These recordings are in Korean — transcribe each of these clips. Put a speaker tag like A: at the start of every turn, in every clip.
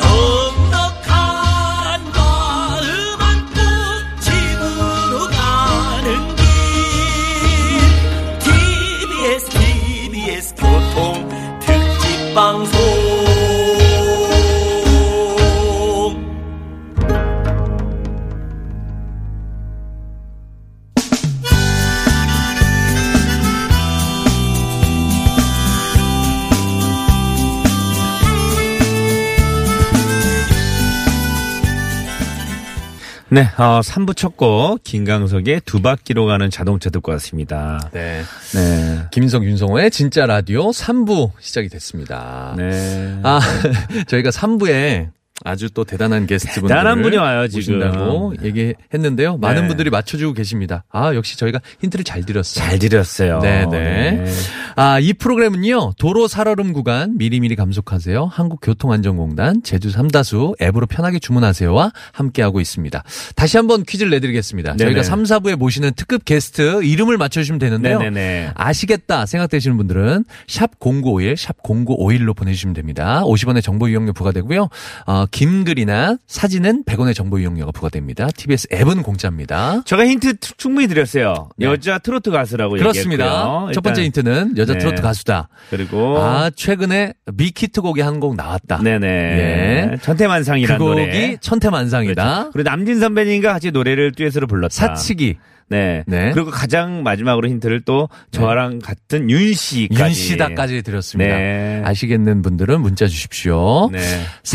A: 넉넉한 마음 안고 집으로 가는 길 TBS TBS 교통 특집 방송
B: 네, 어, 3부 첫 곡 김강석의 두 바퀴로 가는 자동차 듣고 왔습니다.
C: 네.
B: 네.
C: 김인석, 윤성호의 진짜 라디오 3부 시작이 됐습니다.
B: 네.
C: 아, 저희가 3부에 아주 또 대단한 게스트분들
B: 대단한 분이 와요, 지금.
C: 오신다고 얘기했는데요.
B: 네.
C: 많은 분들이 맞춰주고 계십니다. 아, 역시 저희가 힌트를 잘 드렸어요.
B: 잘 드렸어요.
C: 네, 네. 아, 이 프로그램은요. 도로 살얼음 구간 미리미리 감속하세요. 한국교통안전공단 제주 삼다수 앱으로 편하게 주문하세요와 함께하고 있습니다. 다시 한번 퀴즈를 내드리겠습니다.
B: 네네.
C: 저희가 3, 4부에 모시는 특급 게스트 이름을 맞춰주시면 되는데요.
B: 네네네.
C: 아시겠다 생각되시는 분들은 샵 0951, 샵 0951로 보내주시면 됩니다. 50원의 정보 이용료 부과되고요. 어, 긴 글이나 사진은 100원의 정보 이용료가 부과됩니다. TBS 앱은 공짜입니다.
B: 제가 힌트 투- 충분히 드렸어요.
C: 네.
B: 여자 트로트 가수라고
C: 그렇습니다.
B: 얘기했고요.
C: 첫 번째
B: 일단
C: 힌트는 여자
B: 네.
C: 트로트 가수다.
B: 그리고
C: 아, 최근에 미키트 곡이 한 곡 나왔다.
B: 어. 네네.
C: 예. 그
B: 전태만상이라는
C: 곡이
B: 노래.
C: 천태만상이다.
B: 그렇죠. 그리고 남진 선배님과 같이 노래를 듀엣으로 불렀다.
C: 사치기.
B: 네.
C: 네.
B: 그리고 가장 마지막으로 힌트를 또 저랑 같은 윤 씨까지.
C: 윤시다까지 드렸습니다.
B: 네.
C: 아시겠는 분들은 문자 주십시오.
B: 네.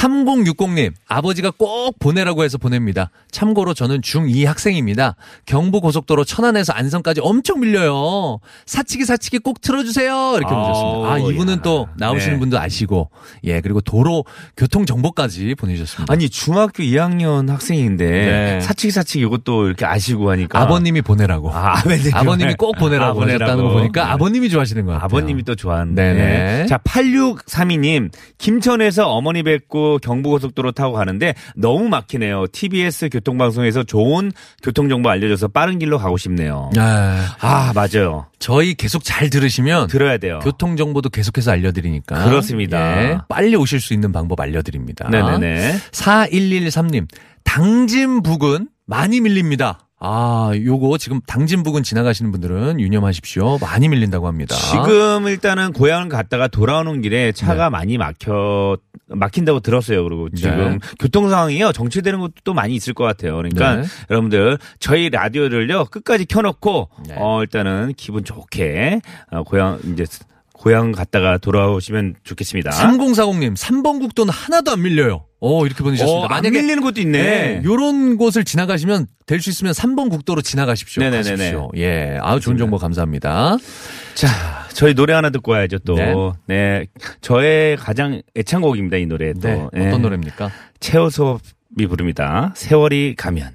C: 3060님, 아버지가 꼭 보내라고 해서 보냅니다. 참고로 저는 중2 학생입니다. 경부고속도로 천안에서 안성까지 엄청 밀려요. 사치기 사치기 꼭 틀어주세요. 이렇게
B: 아우,
C: 보내셨습니다. 아, 이분은
B: 야.
C: 또 나오시는
B: 네.
C: 분도 아시고, 예, 그리고 도로 교통 정보까지 보내주셨습니다.
B: 아니 중학교 2학년 학생인데
C: 네.
B: 사치기 사치기 이것도 이렇게 아시고 하니까
C: 아, 버님이 보내라고.
B: 그러니까. 아, 아버님이
C: 아버님이 꼭
B: 아,
C: 보내라고
B: 보내라고.
C: 하셨다는 거 보니까
B: 네.
C: 아버님이 좋아하시는 것 같아요.
B: 아버님이 또 좋아하는데
C: 네네.
B: 자 8632님 김천에서 어머니 뵙고 경부고속도로 타고 가는데 너무 막히네요 TBS 교통방송에서 좋은 교통정보 알려줘서 빠른 길로 가고 싶네요
C: 아,
B: 아 맞아요
C: 저희 계속 잘 들으시면
B: 들어야 돼요
C: 교통 정보도 계속해서 알려드리니까 예,
B: 그렇습니다.
C: 빨리 오실 수 있는 방법 알려드립니다.
B: 네네네
C: 4113님, 당진 부근 많이 밀립니다. 아, 요거 지금 당진 부근 지나가시는 분들은 유념하십시오. 많이 밀린다고 합니다.
B: 지금 일단은 고향 갔다가 돌아오는 길에 차가 많이 막혀 막힌다고 들었어요. 그리고 지금
C: 네.
B: 교통 상황이요 정체되는 것도 또 많이 있을 것 같아요. 그러니까
C: 네.
B: 여러분들 저희 라디오를요 끝까지 켜놓고
C: 네.
B: 어, 일단은 기분 좋게 어, 고향 이제 고향 갔다가 돌아오시면 좋겠습니다.
C: 3040님, 3번 국도는 하나도 안 밀려요. 어, 이렇게 보내주셨습니다.
B: 어, 안 밀리는 곳도 있네.
C: 네. 요런 곳을 지나가시면 될 수 있으면 3번 국도로 지나가십시오.
B: 네네네네.
C: 가십시오. 예. 아우 좋은 정보 감사합니다.
B: 저희 노래 하나 듣고 와야죠 또. 네.
C: 네.
B: 저의 가장 애창곡입니다 이 노래 또.
C: 네.
B: 예.
C: 어떤 노래입니까?
B: 최호섭이 부릅니다. 세월이 가면.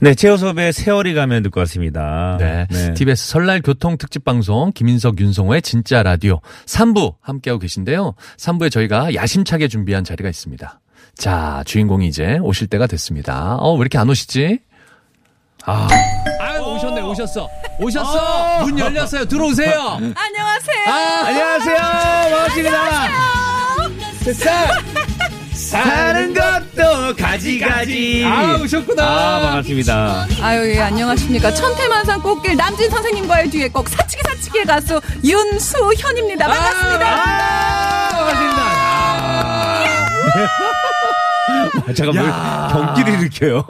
B: 네, 최호섭의 세월이 가면 듣고 왔습니다.
C: 네. TBS 설날 교통 특집 방송 김인석 윤성호의 진짜 라디오 3부 함께하고 계신데요. 3부에 저희가 야심차게 준비한 자리가 있습니다. 자, 주인공이 이제 오실 때가 됐습니다. 어, 왜 이렇게 안 오시지? 아. 아, 오셨네. 오셨어. 오셨어. 문 열렸어요. 들어오세요.
D: 안녕하세요.
C: 아,
B: 안녕하세요. 반갑습니다. 세상 사는 것도 가지가지.
C: 아, 오셨구나.
B: 아, 반갑습니다.
D: 아유, 예, 안녕하십니까. 천태만상 꽃길 남진 선생님과의 뒤에 꼭 사치기 사치기의 가수 윤수현입니다. 반갑습니다.
B: 아, 반갑습니다. 아, 잠깐만, 경기를 일으켜요.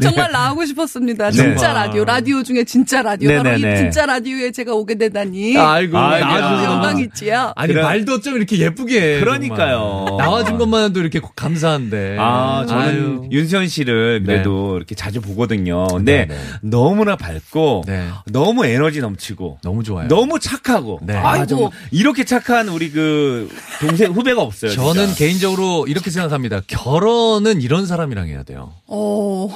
D: 정말 나오고 싶었습니다. 진짜 라디오, 라디오 중에 진짜 라디오. 바로
B: 네네네.
D: 이 진짜 라디오에 제가 오게 되다니. 네,
C: 아이고.
B: 아,
C: 아이고.
B: 아주
D: 영광이지요.
C: 아니
B: 그래.
C: 말도 좀 이렇게 예쁘게 해,
B: 그러니까요.
C: 정말. 나와준 것만 해도 이렇게 감사한데
B: 아, 저는
C: 아유.
B: 윤수현 씨를 그래도 이렇게 자주 보거든요. 근데
C: 네, 네.
B: 너무나 밝고,
C: 네.
B: 너무 에너지 넘치고,
C: 너무 좋아요
B: 너무 착하고,
C: 네.
B: 아이고, 이렇게 착한 우리 그 동생 후배가 없어요.
C: 저는
B: 진짜.
C: 개인적으로 이렇게 생각합니다 결혼은 이런 사람이랑 해야 돼요
D: 어,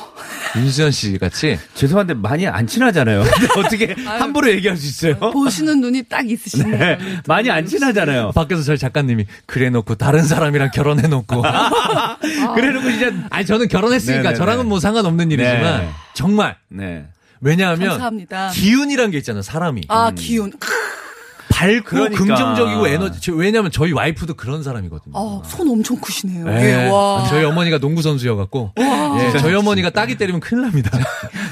C: 윤수현 씨 같이
B: 죄송한데 많이 안 친하잖아요. 근데 어떻게 함부로 얘기할 수 있어요?
D: 보시는 눈이 딱 있으시네요.
B: 네, 많이 안 친하잖아요.
C: 밖에서 저희 작가님이 그래놓고 다른 사람이랑 결혼해놓고
B: 아.
C: 그래놓고 이제 아니 저는 결혼했으니까
B: 네네네.
C: 저랑은 뭐 상관없는 일이지만
B: 네.
C: 정말
B: 네.
C: 왜냐하면
D: 감사합니다.
C: 기운이란 게 있잖아요 사람이
D: 아 기운.
C: 밝고
B: 그러니까.
C: 긍정적이고 에너지 저- 왜냐하면 저희 와이프도 그런 사람이거든요.
D: 아, 손 엄청 크시네요.
C: 예.
D: 예, 와.
C: 저희 어머니가 농구 선수여갖고 예, 저희 어머니가 따기 때리면 큰일 납니다.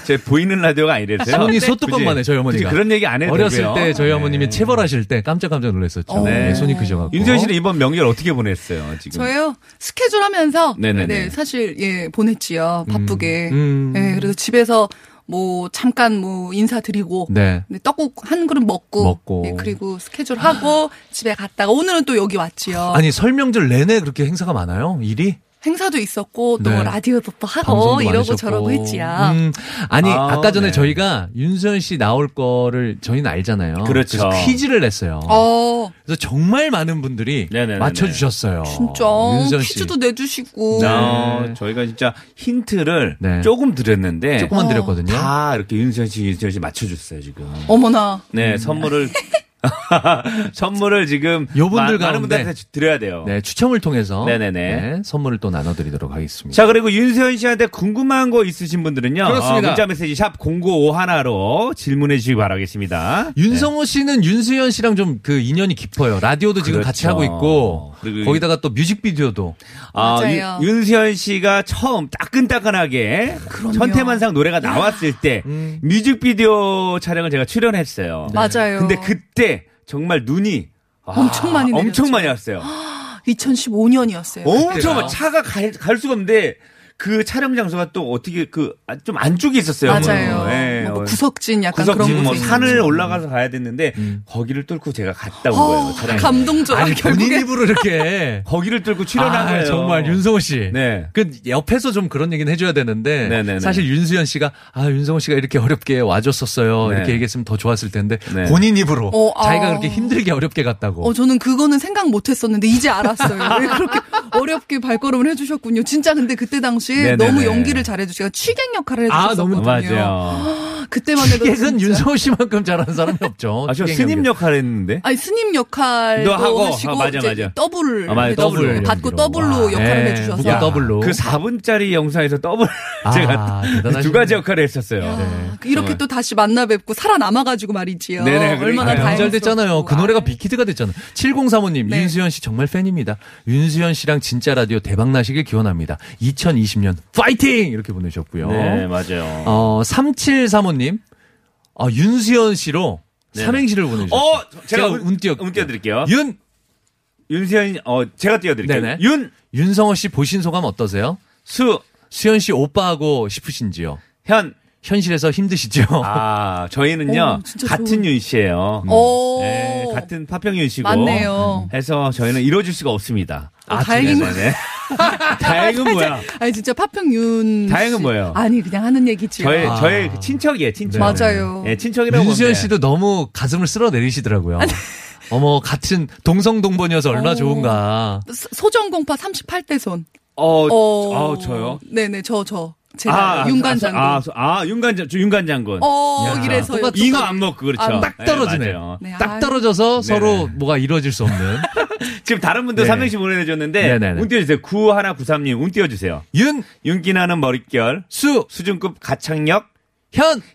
B: 제 보이는 라디오가 아니래서요.
C: 손이
B: 굳이-
C: 소뚜껑만해 저희 어머니가.
B: 굳이 그런 얘기 안 해도
C: 어렸을
B: 되고요.
C: 때 저희
B: 네.
C: 어머님이 체벌하실 때 깜짝깜짝 놀랐었죠.
B: 네.
C: 예, 손이 크셔갖고.
B: 윤세현 씨는 이번 명절 어떻게 보냈어요? 지금
D: 저요 스케줄 하면서
B: 네네네.
D: 네, 사실 예 보냈지요 바쁘게
C: 음.
D: 예 그래서 집에서 뭐 잠깐 뭐 인사드리고
C: 네.
D: 네, 떡국 한 그릇 먹고,
C: 먹고.
D: 예, 그리고 스케줄 하고 집에 갔다가 오늘은 또 여기 왔지요
C: 아니 설명절 내내 그렇게 행사가 많아요? 일이?
D: 행사도 있었고 또
C: 네.
D: 라디오도 또 하고
C: 방송도
D: 어, 이러고
C: 많으셨고.
D: 저러고 했지요
C: 음, 아니
B: 아,
C: 아, 까 전에
B: 네.
C: 저희가 윤수현 씨 나올 거를 저희는 알잖아요.
B: 그렇죠.
C: 그래서 퀴즈를 냈어요.
D: 어
C: 그래서 정말 많은 분들이
B: 네네네네.
C: 맞춰주셨어요.
D: 진짜
C: 아, 윤수현 씨.
D: 퀴즈도 내주시고
B: 어,
C: 네.
B: 저희가 진짜 힌트를
C: 네.
B: 조금 드렸는데
D: 어.
C: 조금만 드렸거든요.
B: 다 이렇게 윤세현 씨, 윤세현 씨 맞춰줬어요 지금.
D: 어머나
C: 음.
B: 네 선물을 선물을 지금
C: 요분들
B: 마- 많은
C: 가운데.
B: 분들한테 드려야 돼요.
C: 네, 추첨을 통해서
B: 네네네.
C: 네, 선물을 또 나눠드리도록 하겠습니다.
B: 자 그리고 윤세현 씨한테 궁금한 거 있으신 분들은요. 어,
C: 그렇습니다.
B: 문자 메시지 샵 #0951로 질문해 주시기 바라겠습니다.
C: 윤성호 씨는 윤수현 씨랑 좀 그 인연이 깊어요. 라디오도 지금 같이
B: 그렇죠.
C: 하고 있고
B: 그리고
C: 거기다가 또 뮤직비디오도
B: 아,
D: 맞아요.
B: 윤- 윤수현 씨가 처음 따끈따끈하게 천태만상 노래가 나왔을 때
C: 음.
B: 뮤직비디오 촬영을 제가 출연했어요.
D: 맞아요.
B: 근데 그때 정말 눈이 아,
D: 엄청 많이
B: 엄청
D: 내렸죠. 아,
B: 많이 왔어요.
D: 2015년이었어요
B: 엄청 많이 차가 갈, 갈 수가 없는데 그 촬영 장소가 또 어떻게 그 좀 안쪽에 있었어요.
D: 맞아요
B: 뭐, 예,
D: 뭐
B: 어,
D: 구석진 약간
B: 구석진
D: 그런
B: 뭐
D: 곳에 있는 음.
B: 산을 올라가서 가야 됐는데 거기를 뚫고 제가 갔다 온 거예요. 뭐
D: 어,
B: 촬영.
D: 감동적
C: 아니 본인
D: 결국에
C: 입으로 이렇게
B: 거기를 뚫고 출연한
C: 아,
B: 거예요.
C: 정말 윤성호 씨.
B: 네.
C: 그 옆에서 좀 그런 얘기는 해줘야 되는데
B: 네네네.
C: 사실 윤수현 씨가 아 윤성호 씨가 이렇게 어렵게 와줬었어요
B: 네.
C: 이렇게 얘기했으면 더 좋았을 텐데
B: 네.
C: 본인 입으로
D: 어, 아.
C: 자기가 그렇게 힘들게 어렵게 갔다고
D: 어, 저는 그거는 생각 못 했었는데, 이제 알았어요. 왜 그렇게 어렵게 발걸음을 해주셨군요. 진짜 근데 그때 당시에
B: 네네네.
D: 너무 연기를 잘해주시고, 취객 역할을
C: 아, 너무
D: 해주셨거든요.
B: 맞아요.
D: 그때만 해도.
C: 이게는
D: 진짜-
C: 윤성호 씨만큼 잘하는 사람이 없죠.
B: 아, 저
C: 추경
B: 스님
C: 연기.
B: 역할 했는데.
D: 아니, 스님 역할도
B: 너 하고,
D: 하시고,
B: 아, 맞아,
D: 이제
B: 맞아.
D: 더블을.
B: 아, 맞아,
D: 해주시고,
B: 더블 연기로.
D: 받고 더블로
C: 와.
D: 역할을
C: 네,
D: 해주셔서.
C: 무거 더블로.
B: 그 4분짜리 영상에서 더블
C: 아, 네.
B: 제가
C: 대단하시네.
B: 두 가지 역할을 했었어요.
D: 아, 이렇게 또 다시 만나 뵙고 살아남아가지고 말이지요.
B: 네네,
D: 얼마나
B: 그러니까요.
D: 다행이
C: 연결됐잖아요. 그 노래가 빅히트가 됐잖아요. 7035님,
D: 네.
C: 윤수현 씨 정말 팬입니다. 윤수현 씨랑 진짜 라디오 대박 나시길 기원합니다. 2020년 파이팅! 이렇게 보내셨고요.
B: 네, 맞아요.
C: 어, 3735님, 아, 윤수현 씨로
B: 네.
C: 삼행시를 보내주셨어요.
B: 어, 제가,
C: 운- 띄워-
B: 운 띄워드릴게요.
C: 윤!
B: 윤수현, 어, 제가 띄워드릴게요.
C: 네네.
B: 윤,
C: 윤성호 씨 보신 소감 어떠세요?
B: 수,
C: 수현 씨 오빠하고 싶으신지요?
B: 현.
C: 현실에서 힘드시죠?
B: 아, 저희는요,
D: 어, 진짜
B: 같은 윤 씨예요.
D: 오.
B: 네, 같은 파평윤 씨고.
D: 맞네요.
B: 해서 저희는 이뤄줄 수가 없습니다.
D: 아, 다행인
B: 네네네. 다행은 뭐야?
D: 아니, 진짜 파평윤.
B: 다행은
D: 씨.
B: 뭐예요?
D: 아니, 그냥 하는 얘기지요.
B: 저의,
C: 아.
B: 저의 그 친척이에요, 친척.
D: 맞아요.
B: 예, 친척이라고.
C: 윤수현
B: 보면
C: 씨도 너무 가슴을 쓸어 내리시더라고요. 어머, 같은 동성동본이어서 얼마나
D: 어.
C: 좋은가.
D: 소- 소정공파 38대 손.
B: 어,
D: 어.
B: 아, 저요?
D: 네네, 저, 저. 제가 윤관장군.
B: 아, 아, 아, 윤관장, 저 윤관장군.
D: 어,
C: 야.
D: 이래서.
B: 잉어 안 먹고 그렇죠.
D: 아,
C: 딱 떨어지네요.
B: 맞아요.
D: 네,
C: 딱
D: 아유.
C: 떨어져서 서로
B: 네네.
C: 뭐가 이루어질 수 없는
B: 지금 다른 분도
C: 네.
B: 삼행시 보내줬는데
C: 네네네.
B: 운 띄워주세요. 9193님 운 띄워주세요. 윤기나는 머릿결,
C: 윤수현
B: 수준급 가창력,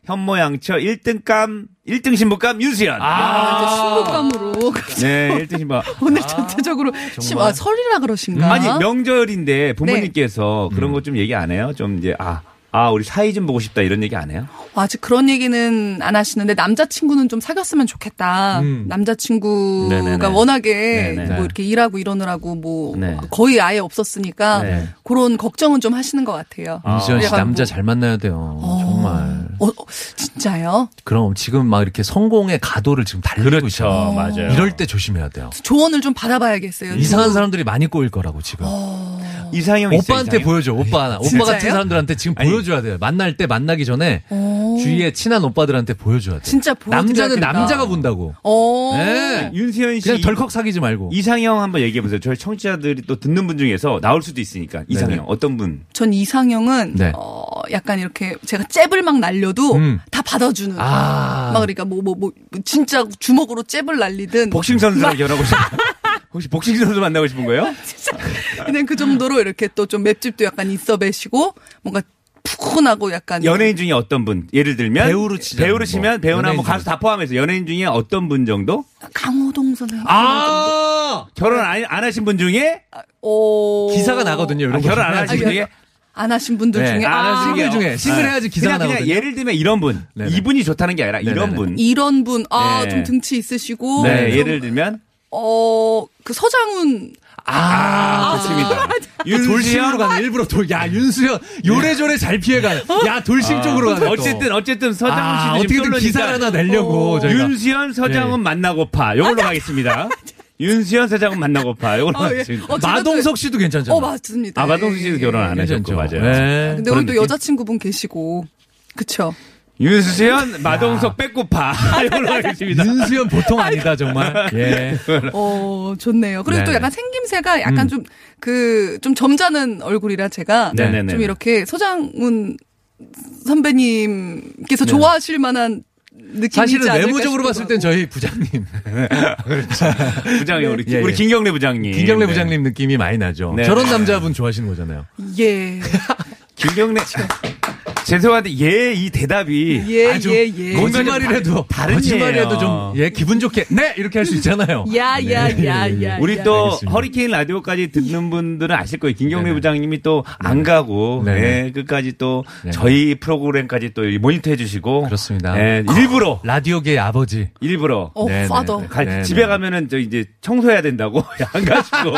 B: 현모양처 1등감, 1등 신부감 윤수연.
D: 아, 이제 신부감으로.
B: 네, 1등
C: 아.
B: 신부.
D: 오늘 전체적으로. 심, 아, 설이라 그러신가?
B: 아니 명절인데 부모님께서
C: 네.
B: 그런
C: 음.
B: 거 좀 얘기 안 해요? 좀 이제 아. 아, 우리 사이 좀 보고 싶다 이런 얘기 안 해요?
D: 아직 그런 얘기는 안 하시는데 남자친구는 좀 사귀었으면 좋겠다.
B: 음.
D: 남자친구가
B: 네네네.
D: 워낙에
B: 네네.
D: 뭐 이렇게 일하고 이러느라고 뭐
B: 네.
D: 거의 아예 없었으니까
B: 네.
D: 그런 걱정은 좀 하시는 것 같아요.
C: 씨
B: 어.
D: 약간
C: 남자
D: 뭐-
C: 잘 만나야 돼요. 정말.
D: 어, 어, 진짜요?
C: 그럼 지금 막 이렇게 성공의 가도를 지금 달리고 있잖아요.
B: 그렇죠. 맞아요.
C: 이럴 때 조심해야 돼요.
D: 조언을 좀 받아봐야겠어요.
C: 이상한 사람들이 많이 꼬일 거라고 지금.
B: 이상형 있어요,
C: 오빠한테
B: 이상형?
C: 보여줘. 오빠 하나. 오빠
D: 어. 진짜요? 어.
C: 같은 사람들한테 지금
B: 아니.
C: 보여줘야 돼요. 만날 때 만나기 전에 주위에 친한 오빠들한테 보여줘야 돼.
D: 진짜 보여드려야
C: 남자는
D: 된다.
C: 남자가 본다고.
D: 어.
C: 네.
B: 윤세현 씨
C: 그냥 덜컥 사귀지 말고.
B: 이상형 한번 얘기해 보세요. 저희 청취자들이 또 듣는 분 중에서 나올 수도 있으니까 이상형
C: 네네.
B: 어떤 분?
D: 전 이상형은
C: 네.
D: 어, 약간 이렇게 제가 잽을 막 날려도
C: 음.
D: 다 받아주는.
C: 아.
D: 막 그러니까 뭐 뭐 뭐 진짜 주먹으로 잽을 날리든
C: 뭐,
B: 복싱 선수랑 결혼하고 싶어요. 혹시 복싱 선수 만나고 싶은 거예요?
D: 그냥 그 정도로 이렇게 또 좀 맵집도 약간 있어 배시고 뭔가 푸근하고 약간
B: 연예인 중에 어떤 분? 예를 들면
C: 배우로 치자.
B: 배우로 치면
C: 뭐.
B: 배우나
C: 연예인
B: 뭐 가수 다 포함해서 연예인 중에 어떤 분 정도?
D: 강호동 선생님.
C: 아!
B: 결혼 안, 안 하신 분 중에
D: 오.
C: 기사가 나거든요. 이런
B: 아,
C: 거
B: 결혼 안
C: 보면.
B: 하신
D: 어. 아,
B: 분 중에
D: 안 하신 분들
C: 네,
D: 중에
C: 안
D: 아,
C: 하신 싱글 중에, 싱글 해야지 기사가
B: 그냥, 그냥
C: 나오거든요.
B: 예를 들면 이런 분
C: 네네.
B: 이분이 좋다는 게 아니라 이런
C: 네네네.
B: 분.
D: 이런 분, 아,
B: 네.
D: 좀 등치 있으시고.
B: 네,
C: 네.
B: 예를 들면
D: 어, 그 서장훈.
C: 아,
B: 그렇습니다.
C: 윤 돌심으로 가네. 일부러 돌.
B: 아.
C: 야, 윤수현 요래조래 잘 피해가네.
D: 어?
C: 야, 돌심 쪽으로 아, 가네. 또.
B: 어쨌든 어쨌든 서장훈
C: 아,
B: 씨도 지금
C: 어떻게든
B: 솔로니까
C: 기사를 하나
D: 어.
C: 내려고 저희가. 네.
B: 윤수현 서장훈 만나고파 요걸로 가겠습니다. 윤수현 서장훈 만나고파 요걸로
D: 아, 예.
B: 가겠습니다.
D: 어, 제가
C: 마동석 씨도
D: 또-
C: 괜찮잖아.
D: 어, 맞습니다. 네.
B: 아 마동수 씨도 결혼 안 하셨고
C: 괜찮죠.
B: 맞아요.
C: 네.
D: 근데 오늘
B: 그런
D: 또
B: 느낌?
D: 여자친구분 계시고. 그쵸.
C: 아.
B: 윤수현 마동석 빼고파 요걸로 가겠습니다.
C: 윤수현 보통 아니다 정말. 예.
D: 어, 좋네요. 그리고
C: 네네. 음.
D: 또 약간 생김새가 약간 좀, 그, 좀 점잖은 얼굴이라 제가
B: 네네네.
D: 좀 이렇게 서장훈 선배님께서 좋아하실 만한
C: 네.
D: 느낌이
C: 사실은
D: 있지 않을까
C: 외모적으로
D: 싶기도
C: 봤을 땐
D: 하고.
C: 저희 부장님
B: 부장님 우리
C: 예,
B: 우리
C: 예.
B: 김경래 부장님.
C: 김경래
B: 네.
C: 부장님 느낌이 많이 나죠.
B: 네.
C: 저런 남자분 좋아하시는 거잖아요.
D: 예.
B: 김경래
C: 아,
B: 죄송한데 얘 이 대답이
D: 예,
C: 아주
D: 예, 예.
B: 뭔가 좀
C: 거짓말이라도
B: 다른
C: 거짓말이라도
B: 예예요.
C: 좀예 기분 좋게 네 이렇게 할 수 있잖아요.
D: 야, 야,
C: 네.
D: 야,
C: 예, 예,
D: 야.
B: 우리 또
C: 알겠습니다.
B: 허리케인 라디오까지 듣는 분들은 아실 거예요. 김경래
C: 네네.
B: 부장님이 또 안 가고
C: 네네.
B: 네, 끝까지 또
C: 네.
B: 저희 프로그램까지 또 모니터 해주시고
C: 그렇습니다.
B: 네, 일부러
C: 라디오계의 아버지.
B: 일부러
D: 어,
C: 네, 네,
D: 파더.
C: 네.
B: 가-
C: 네네.
B: 집에 가면은 저 이제 청소해야 된다고 안 가시고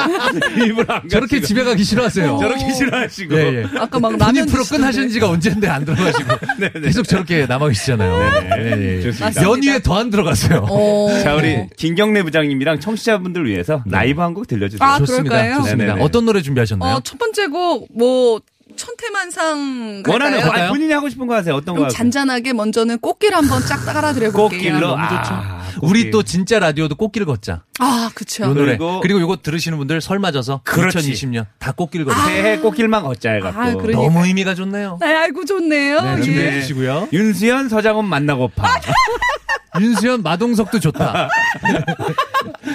B: 일부러 안 가시고
C: 저렇게 집에 가기 싫어하세요.
B: 저렇게 싫어하시고
C: 예, 예.
D: 아까 막
C: 본인
D: 라면
C: 프로
D: 드시던데.
C: 끝하신 지가 언젠데 안 들어가시고
B: 네,
C: 계속 저렇게 남아 계시잖아요. 예, 예.
B: 좋습니다.
C: 연휴에 더 안 들어가세요.
D: 어.
B: 자 우리 김경래 부장님이랑 청취자분들 을 위해서
D: 네.
B: 라이브 한 곡 들려주세요.
D: 아,
C: 좋습니다.
D: 그럴까요?
C: 좋습니다.
B: 네네네.
C: 어떤 노래 준비하셨나요?
D: 어, 첫 번째 곡, 뭐, 천태만상.
B: 원하는
D: 갈까요?
B: 거
C: 갈까요?
B: 아니, 본인이 하고 싶은 거 하세요. 어떤 거
D: 그럼
B: 하세요?
D: 잔잔하게 먼저는 꽃길 한번 쫙 따라드려볼게요.
B: 꽃길로
C: 아, 우리 또 진짜 라디오도 꽃길 걷자.
D: 아,
C: 요
D: 그쵸.
C: 노래.
B: 그리고-
C: 그리고 이거 들으시는 분들 설 맞아서
B: 그렇지.
C: 2020년 다 꽃길 걷자.
B: 새해 꽃길만 걷자 해갖고
D: 아, 그러니까.
C: 너무 의미가 좋네요.
D: 네, 알고 좋네요.
C: 네,
D: 예.
C: 준비해 주시고요.
B: 윤수현 서장훈
D: 아,
B: 만나고파.
C: 윤수현 마동석도 좋다.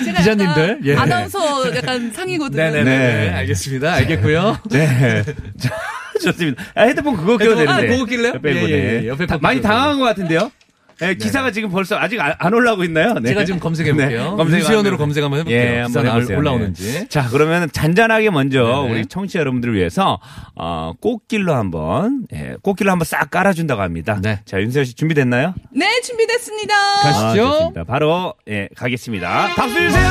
D: 제가
C: 기자님들,
D: 약간
C: 예.
D: 아나운서 약간 상이거든요.
C: 네네네.
B: 네.
C: 알겠습니다. 알겠고요.
B: 네. 자, 좋습니다. 아, 헤드폰 그거 껴도
C: 헤드폰, 아,
B: 되는데.
C: 그거 낄래요?
B: 빼고,
C: 예, 예,
B: 네.
C: 예, 옆에
B: 다-
C: 거
B: 많이
C: 끼고.
B: 당황한 것 같은데요? 네, 기사가 지금 벌써 아직 안, 안 올라오고 있나요? 네.
C: 제가 지금 검색해
B: 네,
C: 볼게요.
B: 검색
C: 윤수현으로
B: 한번-
C: 검색 한번 해볼게요.
B: 예, 한번
C: 기사가
B: 해보세요.
C: 올라오는지.
B: 네. 자, 그러면 잔잔하게 먼저
C: 네네.
B: 우리 청취자 여러분들을 위해서 어, 꽃길로 한번 예, 꽃길로 한번 싹 깔아준다고 합니다.
C: 네.
B: 자, 윤수현 씨 준비됐나요?
D: 네, 준비됐습니다.
C: 가시- 아시죠?
B: 좋습니다. 바로 예, 가겠습니다. 박수 주세요.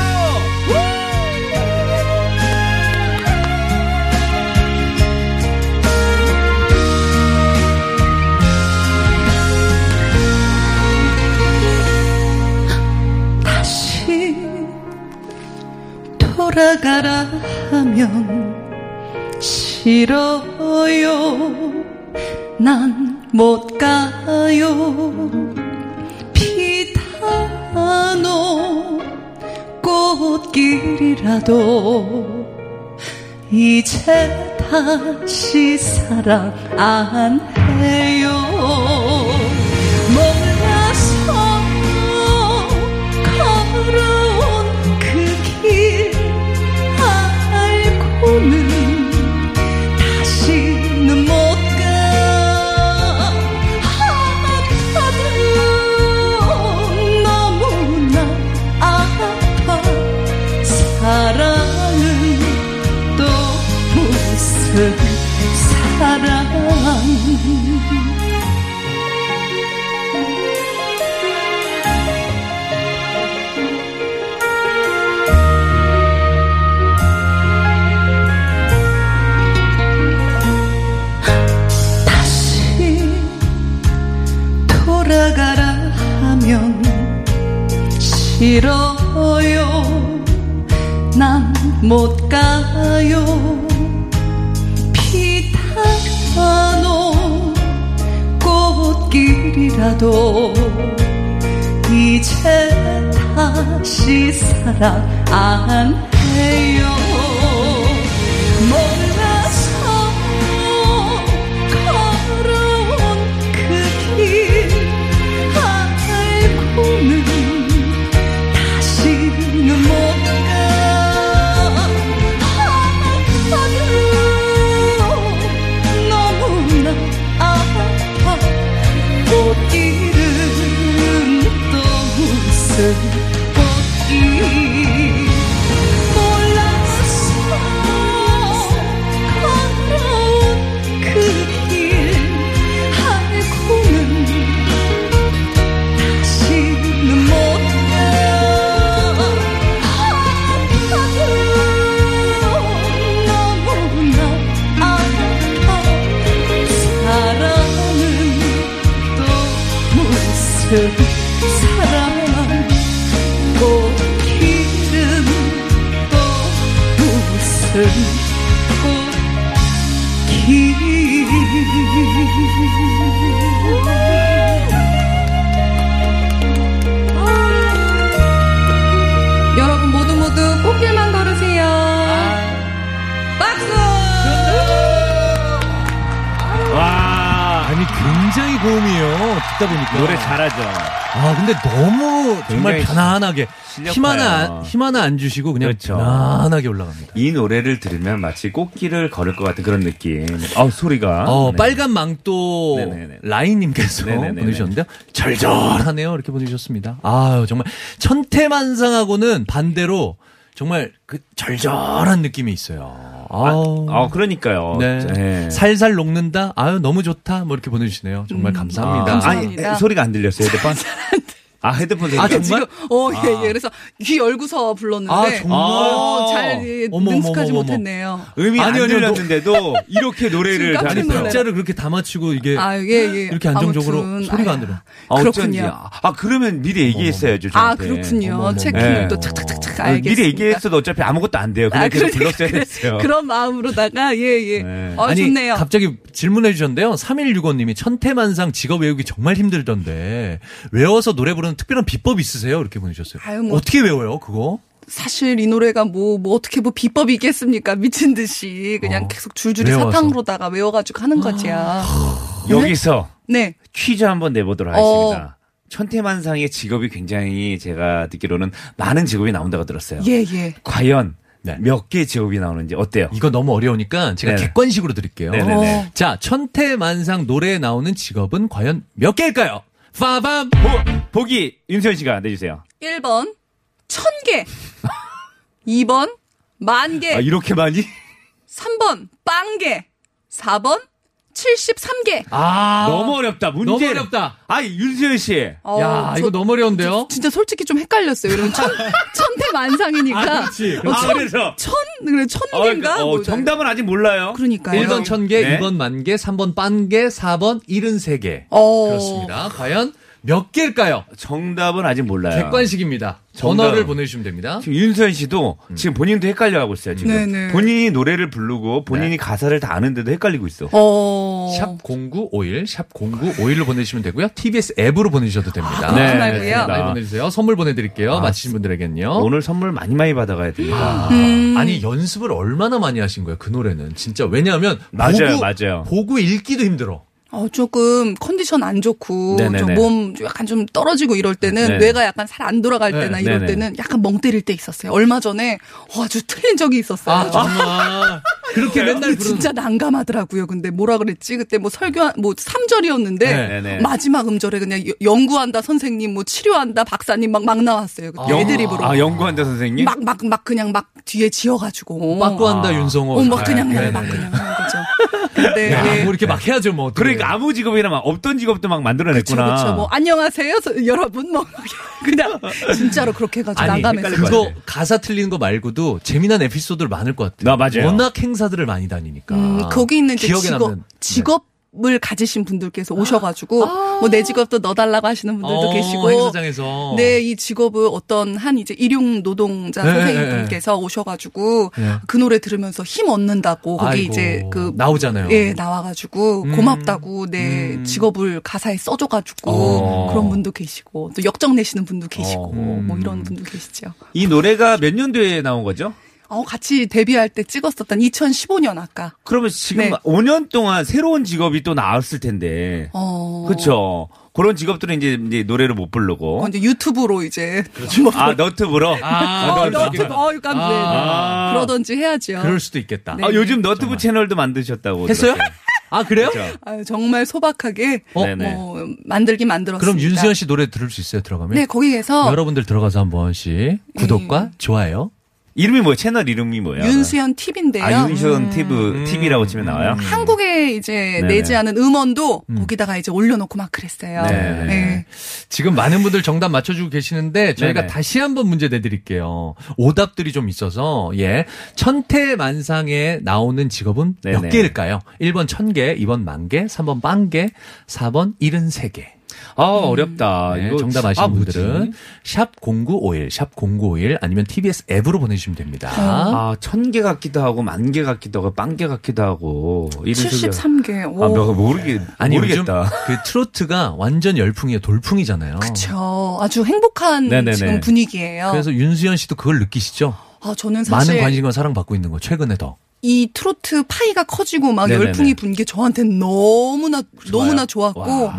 D: 다시 돌아가라 하면 싫어요. 난 못 가요. 피타노 꽃길이라도 이제 다시 사랑 안 해요. 몰라서 걸어온 그 길 알고는 다시는 못 가. 하나도 너무나 아파. 사랑은 또 무슨 사랑. 다시 돌아가라 하면 싫어요 난 못 가요
E: 일이라도 이제 다시 사랑 안 해요 몰라서 걸어온 그 길 알고는 다시는 못가 하나도 너무나 아파 꽃길은 또 무슨 꽃길 몰라서 걸어온 그 길 알고는 다시는 못가 아파도 너무나 아파 사랑은 또 무슨 사랑 꽃길은 또 무슨 꽃길
D: 여러분 모두 모두 꽃길만 걸으세요. 박수!
B: 와
C: 아니 굉장히 고음이에요. 듣다 보니까
B: 노래 잘하죠.
C: 아 근데 너무 정말
B: 굉장히
C: 편안하게
B: 실력파예요.
C: 힘 하나 안- 힘 하나 안 주시고 그냥
B: 그렇죠.
C: 편안하게 올라갑니다.
B: 이 노래를 들으면 마치 꽃길을 걸을 것 같은 그런 느낌. 아 소리가.
C: 어
B: 네.
C: 빨간 망토
B: 네네네.
C: 라인님께서
B: 네네네네.
C: 보내주셨는데요. 절절하네요 이렇게 보내주셨습니다. 아유 정말 천태만상하고는 반대로 정말 그 절절한 느낌이 있어요. 아우.
B: 아 그러니까요.
C: 네.
B: 네.
C: 살살 녹는다. 아유 너무 좋다. 뭐 이렇게 보내주시네요.
D: 음.
C: 정말 감사합니다.
B: 아, 아니,
D: 감사합니다.
B: 에, 소리가 안 들렸어요 헤드폰. 아 헤드폰 소리.
C: 아,
B: 가
C: 정말?
D: 어, 예, 예. 그래서 귀 열고서 불렀는데.
C: 아, 정말?
D: 어, 잘 예,
C: 어머, 어머,
D: 능숙하지
C: 어머, 어머.
D: 못했네요. 뭐
B: 음이 안
C: 아니요, 아니요,
B: 들렸는데도 이렇게 노래를
D: 지금 깜짝
C: 아니
B: 잘했어요.
D: 놀랐어요.
C: 박자를 그렇게 다 맞추고 이게
D: 아, 예, 예.
C: 이렇게 안정적으로 소리가 안 들어.
B: 아, 어쩐지.
D: 그렇군요.
B: 아 그러면 미리 얘기했어야죠.
D: 아,
B: 저한테.
D: 그렇군요.
C: 어머, 네. 어머,
D: 체크를
B: 어머.
D: 또 착착착착
B: 어,
D: 알겠습니다. 그러니까
B: 미리 얘기했어도 어차피 아무것도 안 돼요. 그냥 계속 불렀어야
D: 그래,
B: 했어요.
D: 그런 마음으로다가 예 예.
B: 네.
D: 어 좋네요.
C: 갑자기 질문해 주셨는데요. 3165님이 천태만상 직업 외우기 정말 힘들던데 외워서 노래 부르는 특별한 비법 있으세요? 이렇게 보내주셨어요.
D: 아유, 뭐.
C: 어떻게 외워요 그거?
D: 사실 이 노래가 뭐 뭐 어떻게 뭐 비법이 있겠습니까? 미친 듯이 그냥
C: 어,
D: 계속 줄줄이
C: 외워서. 아.
D: 사탕으로다가 외워가지고 하는 거지야.
B: 여기서
D: 네.
B: 퀴즈 한번 내보도록
D: 어.
B: 하겠습니다. 천태만상의 직업이 굉장히 제가 듣기로는 많은 직업이 나온다고 들었어요.
D: 예 예.
B: 과연
C: 네.
B: 몇 개 직업이 나오는지 어때요?
C: 이거 너무 어려우니까 제가
B: 네네.
C: 객관식으로 드릴게요.
B: 네네네.
D: 어.
C: 자 천태만상 노래에 나오는 직업은 과연 몇 개일까요? 빠밤.
B: 보, 보기 윤세현 씨가 내주세요.
D: 1번 천 개. 2번 만 개.
B: 아, 이렇게 많이?
D: 3번 빵 개. 4번 73개.
C: 아
B: 너무 어렵다. 문제.
C: 너무 어렵다.
B: 아, 윤세현 씨.
D: 어,
C: 야
D: 저
C: 이거 너무 어려운데요.
D: 진짜 솔직히 좀 헷갈렸어요. 이런 천, 천태만상이니까.
C: 아, 그렇지, 아,
D: 어,
B: 아,
D: 천,
B: 그래서.
D: 천, 그래, 천
B: 어,
D: 개인가?
B: 어,
D: 뭐,
B: 정답은 아직 몰라요.
D: 그러니까요.
C: 1번 천 개,
B: 네.
C: 2번 만 개, 3번 빤 개, 4번 73개.
D: 어.
C: 그렇습니다. 과연 몇 개일까요?
B: 정답은 아직 몰라요.
C: 객관식입니다.
B: 정답.
C: 전화를 보내주시면 됩니다.
B: 지금 윤수현 씨도 지금 본인도 헷갈려하고 있어요. 지금
D: 네네.
B: 본인이 노래를 부르고 본인이 가사를 다 아는데도 헷갈리고 있어.
D: 어.
C: 샵 0951, 샵 0951로 보내주시면 되고요. TBS 앱으로 보내주셔도 됩니다.
D: 아, 네,
C: 많이
D: 그렇구나.
C: 많이 보내주세요. 선물
B: 아,
C: 보내드릴게요. 맞히신 분들에겐요.
B: 어? 오늘 선물 많이 많이 받아가야 됩니다.
D: 음.
C: 아니 연습을 얼마나 많이 하신 거예요? 그 노래는 진짜 왜냐하면
B: 맞아요,
C: 보고,
B: 맞아요.
C: 보고 읽기도 힘들어.
D: 어, 조금 컨디션 안 좋고,
B: 네네네.
D: 좀몸 약간 좀 떨어지고 이럴 때는
B: 네.
D: 뇌가 약간 잘 안 돌아갈 때나
B: 네,
D: 이럴
B: 네네.
D: 때는 약간 멍 때릴 때 있었어요. 얼마 전에 어, 아주 틀린 적이 있었어요.
C: 아 정말 그렇게 맨날
D: 근데
C: 부르는
D: 진짜 난감하더라고요. 근데 뭐라 그랬지? 그때 뭐 설교 뭐 3절이었는데
C: 네네네.
D: 마지막 음절에 그냥 여- 연구한다 선생님 뭐 치료한다 박사님 막 막 나왔어요. 그때 애드립으로
B: 아, 연구한다 선생님?
D: 막 막 막 그냥 막 뒤에 지어 가지고
C: 빠꾸한다
B: 아.
C: 윤성호.
D: 어, 막 그냥
C: 네,
D: 그냥 막
C: 네, 네.
D: 그냥 하는 거죠. 근데
C: 야,
D: 예.
C: 뭐 이렇게 막 해야죠 뭐. 어떻게.
B: 그러니까 아무 직업이나 막 없던 직업도 막 만들어냈구나.
D: 그렇죠. 뭐 안녕하세요 서- 여러분 뭐 그냥 진짜로 그렇게 해가지고
C: 아니,
D: 난감해서
B: 헷갈릴 것
C: 그거
B: 같아.
C: 가사 틀리는 거 말고도 재미난 에피소드를 많을 것 같아요.
B: 아, 맞아요.
C: 워낙 행사들을 많이 다니니까.
D: 음, 거기 있는 이제
C: 기억에
D: 직업
C: 남는. 네.
D: 직업 직업을 가지신 분들께서 오셔가지고 뭐 내 직업도 넣어달라고 하시는 분들도
C: 아. 어,
D: 계시고
C: 행사장에서.
D: 네, 이 직업을 어떤 한 이제 일용 노동자
C: 네,
D: 선생님분께서 오셔가지고
C: 네.
D: 그 노래 들으면서 힘 얻는다고 거기
C: 아이고,
D: 이제 그
C: 나오잖아요.
D: 예, 나와가지고
C: 음.
D: 고맙다고 내
C: 음.
D: 직업을 가사에 써줘가지고
C: 어.
D: 그런 분도 계시고 또 역정 내시는 분도 계시고
C: 어.
D: 뭐 이런 분도 계시죠.
B: 이 노래가 몇 년도에 나온 거죠?
D: 어, 같이 데뷔할 때 찍었었던 2015년 아까.
B: 그러면 지금
D: 네.
B: 5년 동안 새로운 직업이 또 나왔을 텐데.
D: 어.
B: 그렇죠. 그런 직업들은 이제, 이제 노래를 못 부르고.
D: 어, 이제 유튜브로 이제
C: 그렇죠.
B: 아, 너트브로.
C: 아,
D: 어,
C: 그럴 수도
D: 너트
C: 있겠다.
D: 어, 깜
C: 아.
D: 그러던지 해야죠.
C: 그럴 수도 있겠다.
D: 네.
B: 아, 요즘 너트브 채널도 만드셨다고.
C: 했어요?
B: 들었어요.
C: 아, 그래요?
B: 그렇죠.
D: 아유, 정말 소박하게
C: 어?
B: 네네.
D: 어, 만들긴 만들었습니다.
C: 그럼 윤수현 씨 노래 들을 수 있어요, 들어가면?
D: 네, 음. 거기에서
C: 여러분들 들어가서 한 번씩 구독과 좋아요.
B: 이름이 뭐예요? 채널 이름이 뭐예요?
D: 윤수현 팁인데요. 음.
B: 아, 윤수현 TV, TV라고 치면 나와요?
D: 한국에 이제
B: 네네.
C: 음.
D: 내지 않은 음원도 거기다가 이제 올려놓고 막 그랬어요.
B: 네네.
D: 네.
C: 지금 많은 분들 정답 맞춰주고 계시는데 저희가
B: 네네.
C: 다시 한번 문제 내드릴게요. 오답들이 좀 있어서 예 천태만상에 나오는 직업은 몇
B: 네네.
C: 개일까요? 1번 천 개, 2번 만 개, 3번 빵 개, 4번 일흔 세 개.
B: 아, 어렵다.
C: 네,
B: 이거
C: 정답
B: 아,
C: 아시는
B: 뭐지?
C: 분들은 샵 #0951, 샵 #0951 아니면 TBS 앱으로 보내주시면 됩니다.
B: 아, 천 개 같기도 하고, 만 개 같기도 하고, 빵 개 같기도 하고. 이런 소리가-
D: 73개.
B: 아,
D: 오.
B: 뭐, 모르겠,
C: 아니
B: 모르겠다.
C: 요즘 그 트로트가 완전 열풍이에요, 돌풍이잖아요.
D: 그쵸. 아주 행복한
B: 네네네.
D: 지금 분위기예요.
C: 그래서 윤수현 씨도 그걸 느끼시죠?
D: 아, 저는 사실
C: 많은 관심과 사랑받고 있는 거 최근에 더.
D: 이 트로트 파이가 커지고 막
B: 네네네.
D: 열풍이 분 게 저한테는 너무나 너무나 좋았고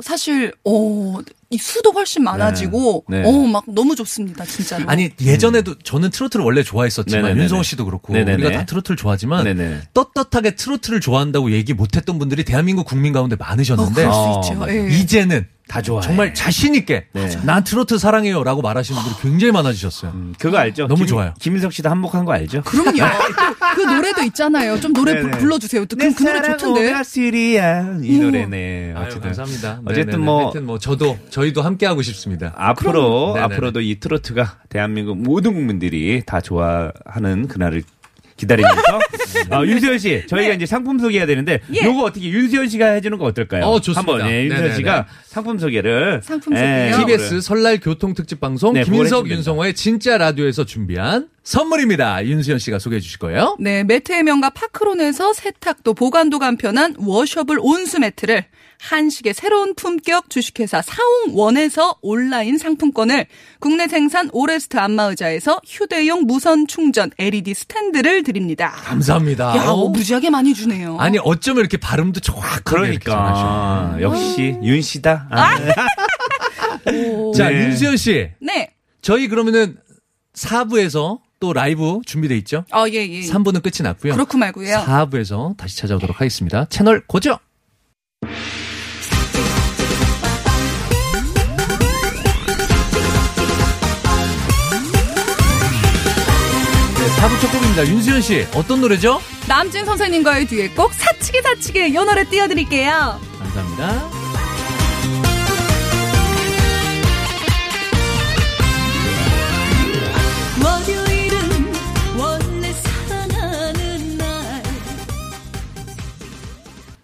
D: 사실 어이 수도 훨씬 많아지고
B: 네. 네.
D: 어 막 너무 좋습니다 진짜로.
C: 아니 예전에도 저는 트로트를 원래 좋아했었지만
B: 음. 네네네네.
C: 윤성호 씨도 그렇고
B: 네네네.
C: 우리가 다 트로트를 좋아하지만
B: 네네.
C: 떳떳하게 트로트를 좋아한다고 얘기 못했던 분들이 대한민국 국민 가운데
D: 어,
C: 많으셨는데
D: 그럴
B: 어,
D: 수 있죠.
B: 맞아요.
D: 예.
C: 이제는
B: 다 좋아해. 예.
C: 정말 자신 있게
B: 네.
C: 난 트로트 사랑해요라고 말하시는 분들이 굉장히 많아지셨어요.
B: 음, 그거 알죠?
C: 너무
B: 김-
C: 좋아요. 아,
B: 김인석 씨도 한복한 거 알죠?
D: 그럼요. 그 노래도 있잖아요. 좀 노래
B: 네네.
D: 불러주세요. 또 그, 그 노래 좋던데.
B: 오가스리야. 이 노래네.
C: 아유,
B: 어쨌든.
C: 감사합니다.
B: 어쨌든
C: 네네네.
B: 뭐- 아,
C: 하여튼 뭐 저도 저희도 함께 하고 싶습니다.
B: 앞으로
C: 네네네.
B: 앞으로도 이 트로트가 대한민국 모든 국민들이 다 좋아하는 그날을 기다리면서 아, 윤세현 씨 저희가 이제 상품 소개해야 되는데
D: 예.
B: 요거 어떻게 윤세현 씨가 해주는 거 어떨까요?
C: 어, 좋습니다.
B: 한번 예, 윤세현
C: 네네네.
B: 씨가 상품 소개를
D: 상품
B: 예,
D: 소개요?
C: TBS 설날 교통 특집 방송
B: 네,
C: 김인석
B: 보내주면
C: 윤성호의 진짜 라디오에서 준비한 선물입니다. 윤수현 씨가 소개해 주실 거예요.
D: 네, 매트의 명가 파크론에서 세탁도 보관도 간편한 워셔블 온수 매트를 한식의 새로운 품격 주식회사 사홍원에서 온라인 상품권을 국내 생산 오레스트 안마의자에서 휴대용 무선 충전 LED 스탠드를 드립니다.
C: 감사합니다.
D: 야,
C: 어,
D: 어, 무지하게 많이 주네요.
C: 아니 어쩜 이렇게 발음도 정확하게 이렇게 잘하셔.
B: 그러니까 역시 윤 씨다. 아,
D: 오.
C: 자
B: 네.
C: 윤수현 씨
D: 네.
C: 저희 그러면은 4부에서 또 라이브 준비돼 있죠.
D: 아, 예, 예.
C: 3부는 끝이 났고요.
D: 그렇고 말고요.
C: 4부에서 다시 찾아오도록 하겠습니다. 채널 고정. 네, 4부 첫 곡입니다. 윤수현 씨 어떤 노래죠?
D: 남진 선생님과의 뒤에 꼭 사치기 사치기 요 노래 띄워드릴게요.
C: 감사합니다.
E: 월요일은 원래 사랑하는 날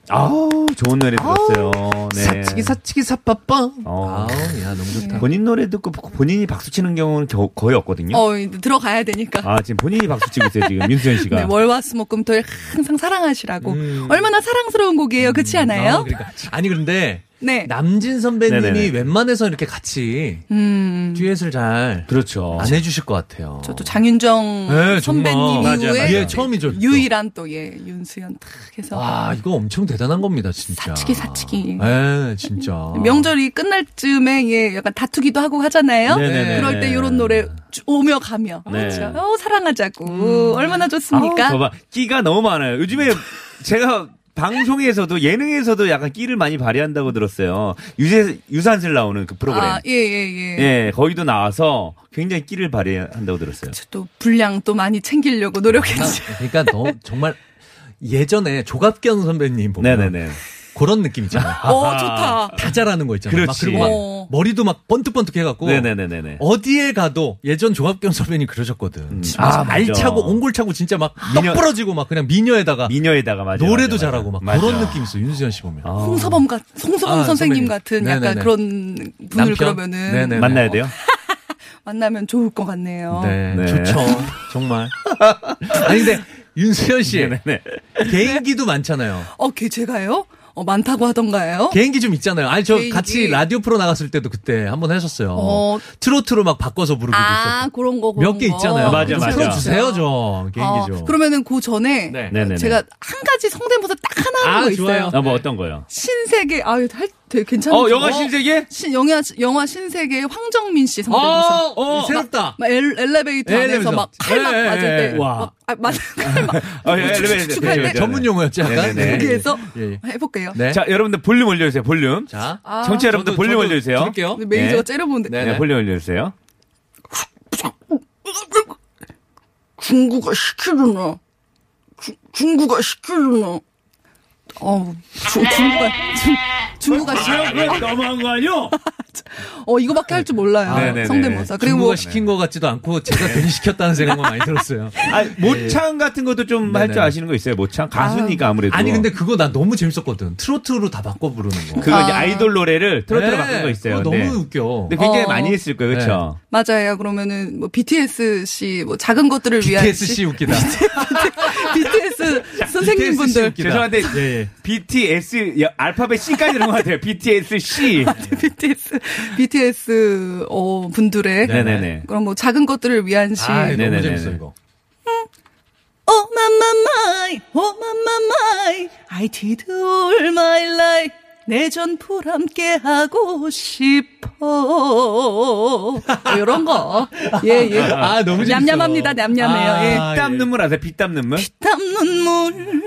B: 아우 좋은 노래 들었어요. 네.
C: 사치기 사치기 사빠빠.
B: 어.
C: 아우 야 너무 좋다.
B: 본인 노래 듣고 본인이 박수 치는 경우는 겨- 거의 없거든요.
D: 어, 이제 들어가야 되니까.
B: 아 지금 본인이 박수 치고 있어요 지금 윤수현 씨가.
D: 네, 월화수목금토에 항상 사랑하시라고.
C: 그러니까. 음.
D: 얼마나 사랑스러운 곡이에요. 그렇지 않아요?
C: 아, 그러니까. 아니 그런데
D: 네.
C: 남진 선배님이
B: 네네네.
C: 웬만해서 이렇게 같이
D: 음.
C: 듀엣을 잘 안
B: 그렇죠.
C: 해주실 것 같아요.
D: 저도 장윤정
C: 네, 정말.
D: 선배님
C: 맞아요,
D: 이후에
C: 맞아요. 예, 처음이죠, 또.
D: 유일한 또 예, 윤수연 탁 해서
C: 와 이거 엄청 대단한 겁니다 진짜.
D: 사치기, 사치기.
C: 예 진짜.
D: 명절이 끝날 즈음에 예, 약간 다투기도 하고 하잖아요.
B: 네네네.
D: 그럴 때 이런 노래 쭉 오며 가며
B: 네.
D: 그렇죠. 어, 사랑하자고
C: 음.
D: 얼마나 좋습니까?
C: 그러니까?
B: 아우, 저봐 끼가 너무 많아요. 요즘에 제가 방송에서도 예능에서도 약간 끼를 많이 발휘한다고 들었어요. 유세 유산슬 나오는 그 프로그램.
D: 아, 예, 예, 예.
B: 예, 거기도 나와서 굉장히 끼를 발휘한다고 들었어요.
D: 저또 분량 또 많이 챙기려고 노력했죠.
C: 그러니까 너 정말 예전에 조갑경 선배님 보면
B: 네네네.
C: 그런 느낌이잖아요.
D: 어, 좋다.
C: 다 잘하는 거 있잖아요. 막
B: 그렇지.
C: 그리고 막
D: 어.
C: 머리도 막 번뜩번뜩 해갖고
B: 네네네네네.
C: 어디에 가도 예전 조합경 선배님 그러셨거든.
D: 음.
B: 아,
C: 아,
B: 맞아.
C: 알차고 옹골차고 진짜 막
B: 미녀-
C: 떡부러지고 막 그냥 미녀에다가
B: 미녀에다가 맞아. 맞아,
C: 노래도
B: 맞아.
C: 잘하고 막
B: 맞아.
C: 그런 느낌 있어 윤수현 씨 보면.
B: 아.
D: 홍서범 같, 홍서범
C: 아,
D: 선생님
C: 선배님.
D: 같은
C: 네네네.
D: 약간 그런 분을
C: 남편?
D: 그러면은
C: 네네네.
B: 만나야 돼요?
D: 만나면 좋을 것 같네요.
C: 네,
B: 네.
C: 좋죠. 정말. 아니 근데 윤수현 씨
B: 네네네.
C: 개인기도 많잖아요.
D: 어, 걔 제가요? 어, 많다고 하던가요?
C: 개인기 좀 있잖아요. 아니 저
D: 개인기.
C: 같이 라디오 프로 나갔을 때도 그때 한번 하셨어요.
D: 어.
C: 트로트로 막 바꿔서 부르기도
D: 아,
C: 있었고.
D: 그런 거.
C: 몇 개 있잖아요.
B: 맞아,
C: 좀
B: 맞아.
C: 틀어주세요, 저
D: 어,
C: 개인기죠.
D: 그러면은 그 전에
C: 네.
B: 네네네.
D: 제가 한 가지 성대모사 딱 하나 하는
C: 아,
D: 거 있어요.
C: 좋아요.
B: 아, 뭐 어떤 거요?
D: 신세계 아유 할 되게 괜찮은
B: 어, 영화 신세계?
D: 신 영화 영화 신세계 황정민 씨
B: 아,
D: 성대모사.
C: 어, 새롭다.
D: 막 엘, 엘리베이터 안에서
C: 엘리베이터.
D: 막 칼막
C: 예, 예,
D: 맞을
C: 예.
D: 때,
B: 와.
D: 막, 아, 맞 칼막
B: 아, 예, 엘리베이터.
D: 축축할 때
B: 네.
C: 전문 용어였지 약간.
B: 네네네.
D: 거기에서
C: 예, 예.
D: 해볼게요.
C: 네.
B: 자, 여러분들 볼륨 올려주세요, 볼륨.
C: 자.
D: 아,
B: 청취자 여러분들
C: 저도-
B: 볼륨
C: 저도
B: 올려주세요.
C: 들을게요.
D: 근데 매니저가
B: 네.
D: 째려보는데
C: 네.
B: 네, 볼륨 올려주세요.
D: 중국어 시키려나? 주- 중국어 시키려나? 어, 주, 중국어 중, 중국어 시
B: 너무한 거 아니요?
D: 어 이거밖에 할 줄 몰라요.
B: 네네네.
D: 성대모사. 그리고
C: 중국어
D: 뭐
C: 아, 시킨 것 같지도 않고
B: 네.
C: 제가 괜히 시켰다는 생각만 많이 들었어요.
B: 아, 모창 같은 것도 좀 할 줄
C: 네네.
B: 아시는 거 있어요? 모창 가수니까 아무래도.
C: 아니 근데 그거 나 너무 재밌었거든. 트로트로 다 바꿔 부르는 거.
B: 그거 이제
D: 아.
B: 아이돌 노래를 트로트로
C: 네,
B: 바꾼 거 있어요.
C: 그거
B: 네.
C: 너무 웃겨.
B: 근데 굉장히
D: 어.
B: 많이 했을 거예요, 그렇죠?
D: 뭐 맞아요. 그러면은 뭐 BTS 씨뭐 작은 것들을 위한
C: BTS 씨
B: 아,
C: 웃기다.
D: BTS
C: BTS 씨
D: 선생님분들
C: 웃기다.
B: 죄송한데
C: 예, 예.
B: BTS 야, 알파벳 C까지 들은 것 같아요. BTS C.
D: BTS BTS 어 분들의
B: 네네네.
D: 그럼 뭐 작은 것들을 위한 어, 시.
C: 아,
B: 네네네네.
C: 너무 재밌어 이거.
E: Oh my my my,
D: 어,
E: oh my my my, I did all my life. 내 전풀 함께 하고 싶어.
D: 이런 뭐 거. 예, 예.
C: 아, 너무 재밌어.
D: 냠냠합니다, 냠냠해요. 예.
C: 아,
B: 땀
C: 예.
B: 눈물 아세요? 피땀 눈물?
E: 땀 눈물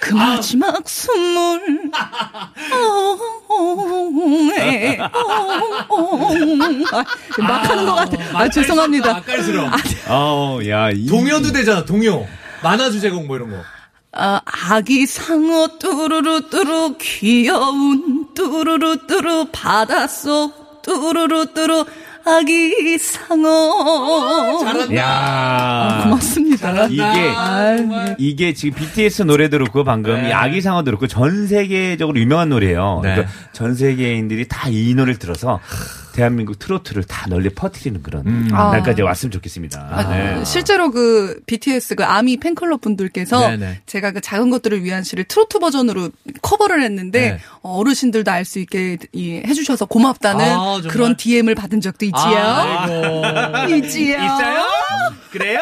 E: 그
C: 아.
E: 마지막 숨물
D: 어, 옹에, 옹. 아, 막 하는 것 같아. 아, 죄송합니다.
C: 맛깔스러워.
B: 아우, 네. 어, 야. 이-
C: 동요도 되잖아, 동요. 만화 주제곡 뭐 이런 거.
E: 아, 아기 상어 뚜루루 뚜루 귀여운 뚜루루 뚜루 바닷속 뚜루루 뚜루 아기 상어
B: 야.
D: 아, 고맙습니다.
B: 이게
D: 아, 네.
B: 이게 지금 BTS 노래도 그렇고 방금
C: 네.
B: 이 아기 상어도 그렇고 전 세계적으로 유명한 노래예요.
C: 네.
B: 그러니까 전 세계인들이 다 이 노래를 들어서 대한민국 트로트를 다 널리 퍼뜨리는 그런 날까지 왔으면 좋겠습니다. 네.
D: 아,
C: 아.
D: 실제로 그 BTS 그 아미 팬클럽 분들께서
C: 네네.
D: 제가 그 작은 것들을 위한 시를 트로트 버전으로 커버를 했는데
C: 네.
D: 어, 어르신들도 알 수 있게 이, 해주셔서 고맙다는
C: 아, 정말? 아,
D: 그런 DM을 받은 적도 있지요.
C: 아이고.
D: 있지요.
B: 있어요? 그래요?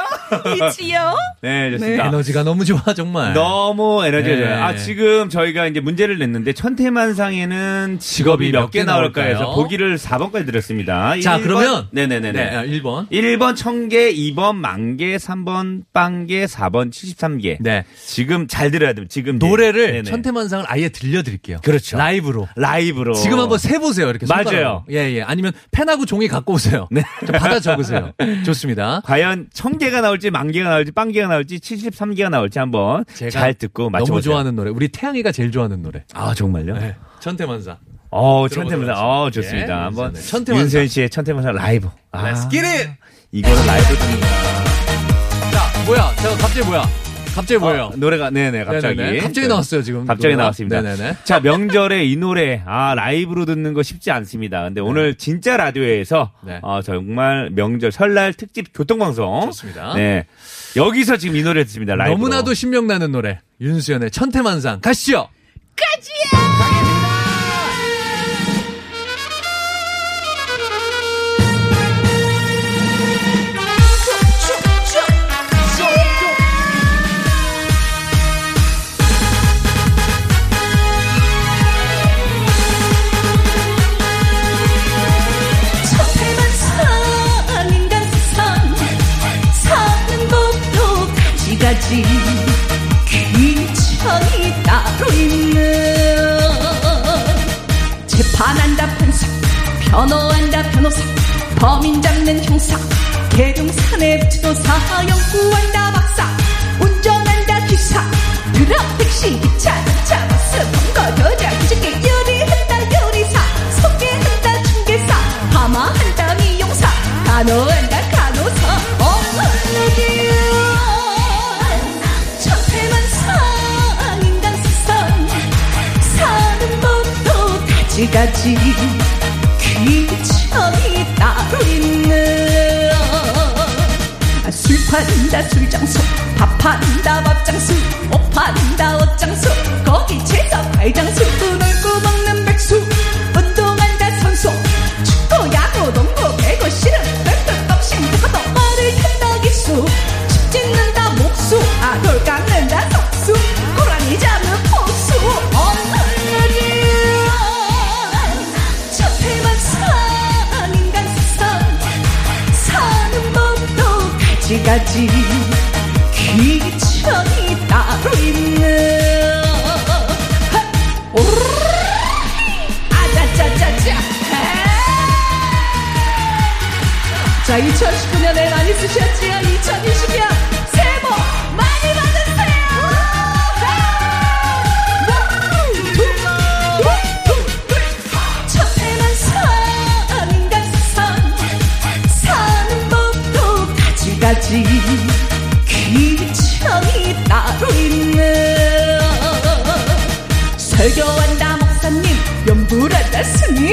D: 있지요.
B: 네, 좋습니다.
C: 에너지가 너무 좋아, 정말.
B: 너무 에너지가
C: 네.
B: 좋아요. 아, 지금 저희가 이제 문제를 냈는데, 천태만상에는 직업이 몇 개 나올까 해서
C: 나올까요?
B: 보기를 4번까지 드렸습니다.
C: 자,
B: 1번
C: 그러면.
B: 네네네네.
C: 네, 1번.
B: 1번 천개, 2번 만개, 3번 빵개, 4번 73개.
C: 네.
B: 지금 잘 들어야 돼요. 지금 이제.
C: 노래를
B: 네네.
C: 천태만상을 아예 들려드릴게요.
B: 그렇죠.
C: 라이브로.
B: 라이브로
C: 지금 한번 세보세요, 이렇게.
B: 어. 맞아요.
C: 손가락으로. 예, 예. 아니면 펜하고 종이 갖고 오세요. 네. 받아 적으세요. 좋습니다.
B: 과연 천 개가 나올지 만 개가 나올지 빵 개가 나올지 73개가 나올지 한번
C: 제가
B: 잘 듣고 맞춰
C: 너무 좋아하는 노래. 우리 태양이가 제일 좋아하는 노래.
B: 아, 정말요?
C: 네. 천태만상.
B: 어,
C: 들어보도록
B: 천태만상. 어,
C: 하겠습니다.
B: 좋습니다.
C: 예,
B: 한번
C: 네, 천태만상. 네,
B: 윤세현 씨의 천태만상 라이브. 아,
C: Let's get it! 네.
B: 이거는 라이브 듣는다.
C: 자, 뭐야? 제가 갑자기 뭐야? 갑자기 뭐예요?
B: 어, 노래가 네네 갑자기
C: 네네네. 갑자기 나왔어요, 지금
B: 갑자기
C: 노래가.
B: 나왔습니다.
C: 네네네.
B: 자 명절에 이 노래 아 라이브로 듣는 거 쉽지 않습니다. 근데 오늘 진짜 라디오에서
C: 네.
B: 어, 정말 명절 설날 특집 교통방송
C: 좋습니다.
B: 네 여기서 지금 이 노래 듣습니다. 라이브로.
C: 너무나도 신명나는 노래. 윤수연의 천태만상. 가시죠!
B: 어,
E: 천태만상 아닌간 세상 사는 법도 가지가지 귀천이 따로 있네 재판한다 판사 변호한다 변호사 범인 잡는 형사 계룡산의 지도사 연구한다 박사 운전한다 기사 드랍 택시 기차 기차 버스 어? 해야지 귀천이 따로 있네 아, 술 판다 술장소 밥 판다 밥장수 옷 판다 옷장수 거기 제사 팔장수 놀고 먹는 백수 운동한다 선수 축구 야구 농구 배구 실은 별별 복싱 북어도 말을 탄다 기수 집 짓는다 목수 아돌 깎는다 석수 고라니 잡는 포수 엄마들이야 첫해만 산 인간상 사는 법도 가지가지 귀천이 따로 있네 헛! 오르르! 아자자자자 헤이! 자 2019년에 많이 쓰셨지요 2020년 새해 복 많이 받으세요 첫 해만 사는 가상 사는 법도 가지가지 귀천이 따로 있네 설교한다 목사님 연불한다 스님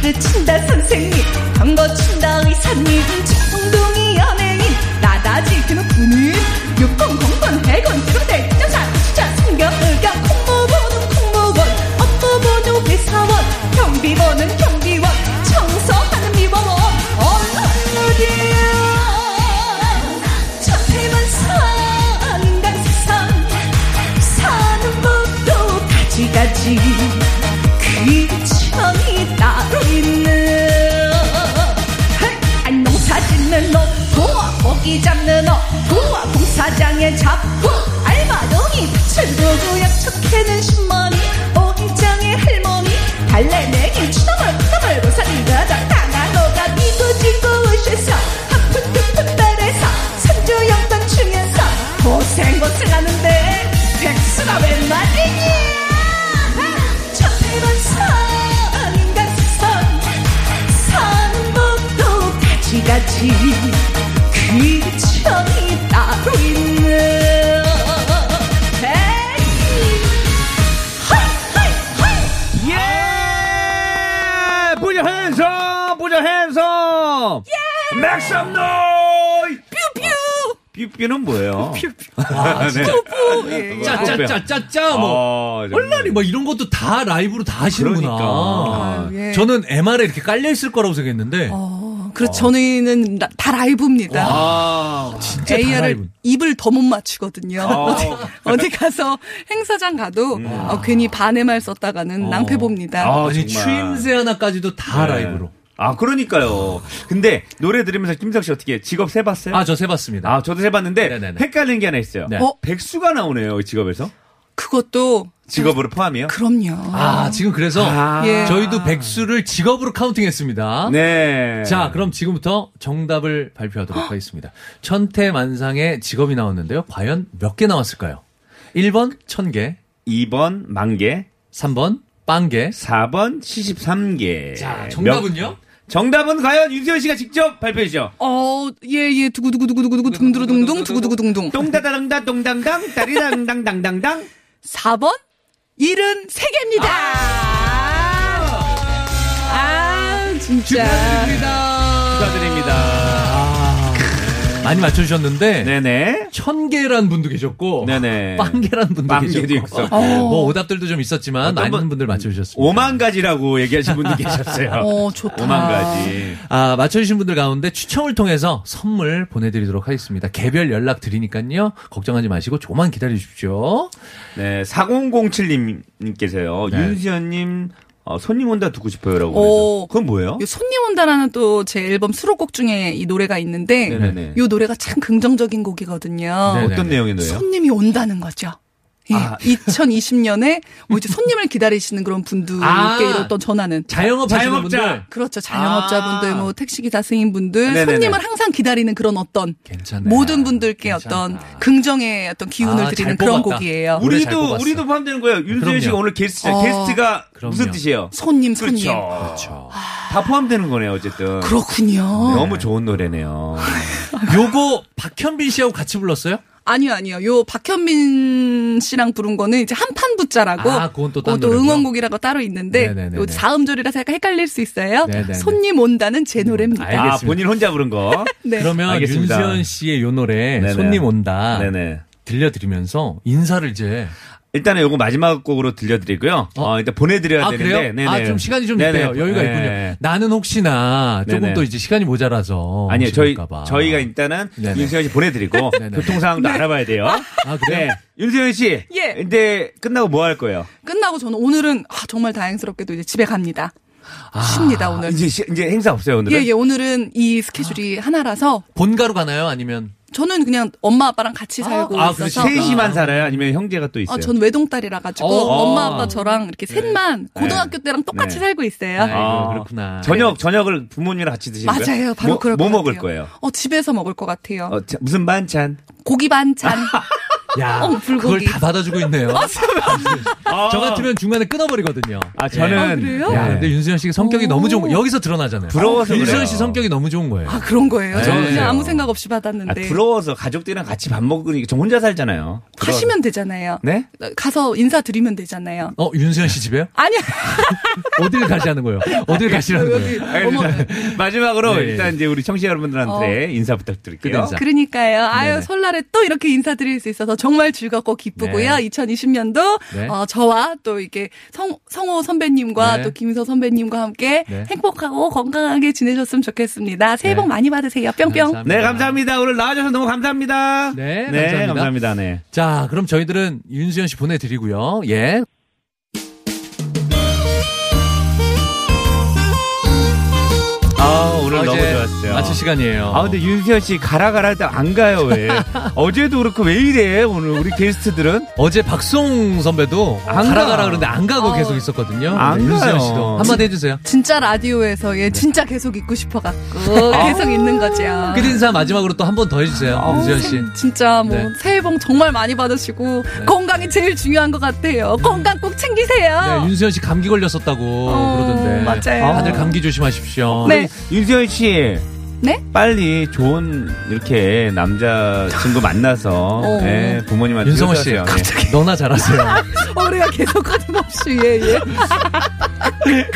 E: 가르친다 선생님 광고친다 의사님 청둥이 연예인 나다 지키는 군인 육군 공군 해군 특대 여사 수자 성경 의경 콩모 보는 콩모원 업무 보는 회사원 경비 보는 경비원 청소하는 미워원 언론이야 첫해만 사는 간 세상 사는 법도 가지가지 귀천이 따로 있네 안 농사 짓는 놈 부와 고기 잡는 놈 부와 공사장에 잡고 알바동이 밭을 두고 약척해는 신머니 오인장의 할머니 달래내기 추나물 추나물 고사리 가자 당한호가 이고 지고 오셔서 아픈 듯한 딸에서 산조 영단 중에서 고생 고생하는데 백수가 웬 말이냐 첫해만 사는 가선 사는 법도 가지가지 귀천이 따로 있네 헤이 하이 하이
B: 예! Put your hands up! Put your hands up! 예! Make some noise! 뾰뾰! 뾰뾰는 뭐예요?
C: 아, 진짜
B: 네.
C: 짜짜짜짜짜 뭐
B: 아, 정말.
C: 얼라리 뭐 이런 것도 다 라이브로 다 하시는구나.
B: 그러니까.
D: 아유, 예.
C: 저는 MR에 이렇게 깔려 있을 거라고 생각했는데
D: 어, 그래서 저희는 라- 다 라이브입니다.
C: 아 진짜 다 라이브.
D: AR을 입을 더 못 맞추거든요. 어디, 어디 가서 행사장 가도 어, 괜히 반의 말 썼다가는 낭패 봅니다.
B: 아,
C: 아니
B: 정말.
C: 추임새 하나까지도 다
B: 네.
C: 라이브로.
B: 아, 그러니까요. 근데 노래 들으면서 김석 씨 어떻게 직업 세봤어요?
C: 아 저 세봤습니다.
B: 아, 저도 해봤는데
C: 네네네.
B: 헷갈린 게 하나 있어요.
C: 네.
D: 어?
B: 백수가 나오네요, 이 직업에서.
D: 그것도
B: 직업으로 포함이요?
D: 그럼요.
C: 아, 지금 그래서
B: 아.
D: 예.
C: 저희도 백수를 직업으로 카운팅했습니다.
B: 네.
C: 자, 그럼 지금부터 정답을 발표하도록 하겠습니다. 천태만상의 직업이 나왔는데요. 과연 몇 개 나왔을까요? 1번 1000개,
B: 2번 만개,
C: 3번 빵개.
B: 4번 73개.
C: 자, 정답은요?
B: 정답은 과연 윤세현 씨가 직접 발표해 주죠.
D: 어, 예, 예, 두구두구두구두구두구, 둥두루둥둥, 두구두구둥둥.
B: 똥다다당다 똥당당 따리당당당당당.
D: 4번? 일은 세개입니다 아, 진짜.
B: 축하드립니다. 아,
C: 많이 맞춰주셨는데.
B: 네네.
C: 천개란 분도 계셨고.
B: 네네.
C: 빵개란 분도
B: 빵개도
C: 계셨고.
B: 있었고.
C: 뭐 오답들도 좀 있었지만
B: 어떤
C: 많은
B: 분-
C: 분들 맞춰주셨습니다.
B: 5만 가지라고 얘기하신 분도 계셨어요.
D: 어, 좋다.
B: 5만 가지.
C: 아, 맞춰주신 분들 가운데 추첨을 통해서 선물 보내드리도록 하겠습니다. 개별 연락 드리니까요. 걱정하지 마시고 조만 기다려주십시오.
B: 네, 4007님께서요.
C: 네.
B: 윤수연님, 어, 손님 온다 듣고 싶어요라고.
D: 오.
B: 그래서. 그건 뭐예요?
C: 네,
D: 이 손님 온다라는 또 제 앨범 수록곡 중에 이 노래가 있는데
B: 네네네.
D: 이 노래가 참 긍정적인 곡이거든요.
C: 네.
B: 어떤 내용의 노래요?
D: 손님이 온다는 거죠. 예,
C: 아.
D: 2020년에 뭐 이제 손님을 기다리시는 그런 분들께
C: 아.
D: 이뤘던 전화는
C: 자영업 하시는
B: 자영업자.
C: 분들
D: 그렇죠. 자영업자분들,
B: 아.
D: 뭐 택시기사 스님분들,
B: 네네네.
D: 손님을 항상 기다리는 그런 어떤
C: 괜찮네.
D: 모든 분들께
C: 괜찮다.
D: 어떤 긍정의 어떤 기운을
C: 아,
D: 드리는
C: 잘
D: 그런
C: 뽑았다.
D: 곡이에요.
C: 우리- 노래 잘
B: 우리도
C: 뽑았어.
B: 우리도 포함되는 거예요. 윤수연 씨가
C: 그럼요.
B: 오늘 게스트 잖
D: 아, 어.
B: 아 게스트가 무슨
C: 그럼요.
B: 뜻이에요?
D: 손님, 손님.
B: 그렇죠.
C: 그렇죠.
B: 다 포함되는 거네요, 어쨌든.
D: 그렇군요.
B: 너무 좋은 노래네요. 아,
C: 요거 박현빈 씨하고 같이 불렀어요?
D: 아니요, 아니요. 요 박현민 씨랑 부른 거는 이제 한판 붙자라고.
C: 아, 그건 또딴
D: 어, 또
C: 노래구나.
D: 응원곡이라고 따로 있는데
C: 네네네네.
D: 요 사음절이라서 약간 헷갈릴 수 있어요.
C: 네네네.
D: 손님 온다는 제 노래입니다.
C: 알- 알겠습니다.
B: 아, 본인 혼자 부른 거.
D: 네.
C: 그러면
B: 알겠습니다.
C: 윤수현 씨의 요 노래
B: 네네.
C: 손님 온다
B: 네네.
C: 들려드리면서 인사를 이제
B: 일단은 요거 마지막 곡으로 들려드리고요. 어, 일단 보내드려야
C: 아
B: 되는데. 네.
C: 그래요? 아 좀 시간이 좀 있대요. 여유가 있군요. 나는 혹시나 조금
B: 네네.
C: 더 이제 시간이 모자라서
B: 아니요, 저희,
C: 혹시나일까봐.
B: 저희가 일단은
C: 네네.
B: 윤수현 씨 보내드리고, 그
C: 네네.
B: 교통상황도 알아봐야 돼요. 네.
C: 아, 그래요?
B: 윤수현 씨.
D: 예.
B: 근데 끝나고 뭐 할 거예요?
D: 끝나고 저는 오늘은 아, 정말 다행스럽게도 이제 집에 갑니다. 쉽니다 오늘.
B: 아, 이제, 시- 이제 행사 없어요, 오늘은?
D: 예예 오늘은 이 스케줄이 하나라서
C: 본가로 가나요? 아니면
D: 저는 그냥 엄마 아빠랑 같이 살고
B: 아, 그럼
D: 있어서
B: 셋이만 살아요? 아니면 형제가 또 있어요?
D: 아, 전 외동딸이라 가지고
C: 어.
D: 엄마 아빠 저랑 이렇게 셋만 고등학교 때랑 똑같이
B: 네.
D: 살고 있어요.
C: 네. 아이고, 그렇구나.
B: 저녁, 저녁을 부모님이랑 같이 드시는 거예요?
D: 맞아요. 바로
B: 뭐,
D: 그럴
B: 뭐
D: 것
B: 먹을
D: 같아요.
B: 거예요?
D: 어, 집에서 먹을 것 같아요.
B: 어, 자, 무슨 반찬?
D: 고기 반찬.
C: 야
D: 어, 불고기.
C: 그걸 다 받아주고 있네요. 아, 저 같으면 중간에 끊어버리거든요. 예.
B: 아, 저는. 네.
D: 그래요?
C: 야, 근데 윤수현 씨가 성격이 너무 좋은 거 여기서 드러나잖아요.
B: 부러워서 그래요.
C: 윤수현 씨 성격이 너무 좋은 거예요.
D: 아, 그런 거예요? 저
C: 네.
D: 그냥 아무 네. 생각 없이
B: 아,
D: 받았는데.
B: 부러워서 가족들이랑 같이 밥 먹으니까 저 혼자 살잖아요.
D: 가시면 되잖아요.
B: 네?
D: 가서 인사드리면 되잖아요.
C: 어, 윤수현 씨 집에요?
D: 아니야.
C: 어딜 가시라는 거예요? 어딜 가시라는
D: 여기.
C: 거예요?
B: 아니,
D: 어머.
B: 마지막으로
C: 네.
B: 일단 이제 우리 청취자
D: 어.
B: 여러분들한테 인사 부탁드릴게요.
C: 끝 인사.
D: 그러니까요. 아유,
C: 네네.
D: 설날에 또 이렇게 인사드릴 수 있어서 정말 즐겁고 기쁘고요.
C: 네.
D: 2020년도,
C: 네.
D: 어, 저와 또 이렇게 성, 성호 선배님과
C: 네.
D: 또 김서 선배님과 함께
C: 네.
D: 행복하고 건강하게 지내셨으면 좋겠습니다. 새해
C: 네.
D: 복 많이 받으세요. 뿅뿅.
B: 네, 감사합니다. 오늘 나와주셔서 너무 감사합니다.
C: 네,
B: 네,
C: 감사합니다.
B: 감사합니다. 네.
C: 자, 그럼 저희들은 윤수현 씨 보내드리고요. 예.
B: 아, 오늘 너무
C: 이제
B: 좋았어요.
C: 마칠 시간이에요.
B: 아, 근데 윤수현 씨 가라 가라 할 때 안 가요, 왜? 어제도 그렇고 왜 이래, 오늘 우리 게스트들은?
C: 어제 박송 선배도
B: 안
C: 가라
B: 가.
C: 가라 그러는데 안 가고
D: 어.
C: 계속 있었거든요.
B: 안
C: 네, 윤수현
B: 가요.
C: 씨도 한마디 해주세요.
D: 진짜 라디오에서 예 진짜 계속 있고 싶어갖고
C: 네.
D: 계속 있는 거죠.
C: 끝 인사 마지막으로 또 한 번 더 해주세요.
D: 아,
C: 윤수현 씨.
D: 진짜 뭐
C: 네.
D: 새해 복 정말 많이 받으시고
B: 네.
D: 건강이 제일 중요한 것 같아요. 건강 꼭
C: 네,
D: 챙기세요.
B: 어.
C: 윤수현 씨 감기 걸렸었다고
D: 어,
C: 그러던데.
D: 맞아요.
C: 다들 감기 조심하십시오.
D: 네.
B: 윤수현 씨.
D: 네?
B: 빨리 좋은 이렇게 남자친구 만나서
D: 어.
B: 예, 부모님한테
C: 윤성호 씨, 네.
B: 효도하세요. 예.
C: 너나
B: 네.
C: 잘하세요.
D: 어, 우리가 계속 끊임없이 예 예.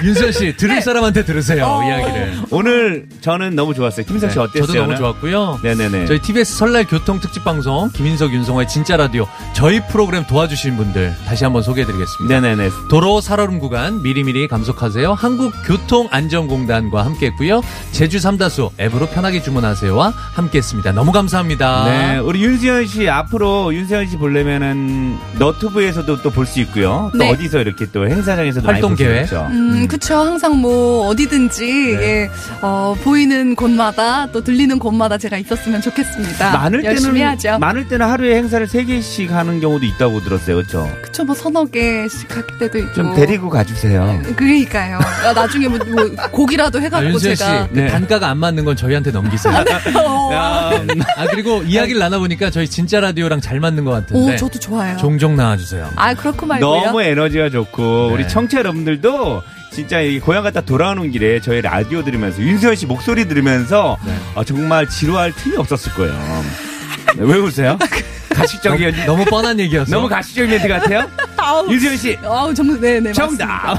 C: 윤수현 씨,
B: 네.
C: 들을 사람한테 들으세요. 이야기를.
B: 오늘 저는 너무 좋았어요. 김석 어. 씨
C: 네,
B: 어땠어요?
C: 저도 너무
B: 오늘?
C: 좋았고요.
B: 네네네.
C: 저희 TBS 설날 교통 특집 방송 김인석 윤성호의 진짜 라디오 저희 프로그램 도와주신 분들 다시 한번 소개해드리겠습니다.
B: 네네네.
C: 도로 살얼음 구간 미리미리 감속하세요. 한국교통안전공단과 함께했고요. 제주 삼다수 앱으로 편하게 주문하세요와 함께했습니다. 너무 감사합니다.
D: 아.
B: 네, 우리 윤수현 씨 앞으로 윤수현 씨 보려면은 너튜브에서도 또 볼 수 있고요. 또
D: 네.
B: 어디서 이렇게 또 행사장에서도
C: 활동
B: 많이 볼수
C: 계획.
B: 있죠.
D: 음, 그쵸. 항상 뭐,
B: 네.
D: 어디든지, 예, 어, 보이는 곳마다, 또 들리는 곳마다 제가 있었으면 좋겠습니다.
B: 아, 많을
D: 열심히
B: 때는
D: 하죠.
B: 많을 때는 하루에 행사를 세 개씩 하는 경우도 있다고 들었어요. 그렇죠?
D: 그쵸, 뭐, 서너 개씩 갈 때도 있고.
B: 좀 데리고 가 주세요.
D: 그러니까요. 아, 나중에 뭐, 뭐 고기라도
C: 아,
D: 해갖고
C: 윤수현 씨,
D: 제가.
C: 그
B: 네.
C: 단가가 안 맞는 건 저희한테 넘기세요.
D: 어,
C: 아 그리고 이야기를 나눠보니까 저희 진짜 라디오랑 잘 맞는 것 같은데
D: 오, 저도 좋아요.
C: 종종 나와주세요.
D: 아, 그렇고 말고요.
B: 네. 너무 에너지가 좋고
C: 네.
B: 우리 청취자 여러분들도 진짜 이 고향 갔다 돌아오는 길에 저희 라디오 들으면서 윤수현 씨 목소리 들으면서
C: 네.
B: 어, 정말 지루할 틈이 없었을 거예요. 네, 왜 웃으세요? 가식적인
C: 너무 뻔한 얘기였어.
B: 너무 가식적인 멘트 같아요?
D: 아우,
B: 윤수현 씨
D: 아우, 정말, 네네.
B: 정답.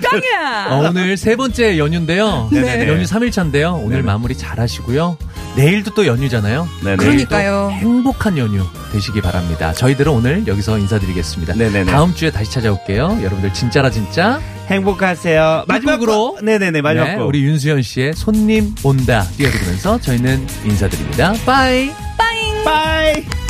D: 짱이야!
C: 어, 오늘 세 번째 연휴인데요.
B: 네네네.
C: 연휴 3일차인데요. 오늘
B: 네네.
C: 마무리 잘 하시고요. 내일도 또 연휴잖아요.
B: 네네.
D: 그러니까요.
C: 행복한 연휴 되시기 바랍니다. 저희들은 오늘 여기서 인사드리겠습니다.
B: 네네네.
C: 다음 주에 다시 찾아올게요. 여러분들 진짜라 진짜.
B: 행복하세요.
C: 마지막으로.
B: 마지막으로 네네네 마지막
C: 네,
B: 곡.
C: 우리 윤수현 씨의 손님 온다 띄워드리면서 저희는 인사드립니다. 빠이.
B: 빠이.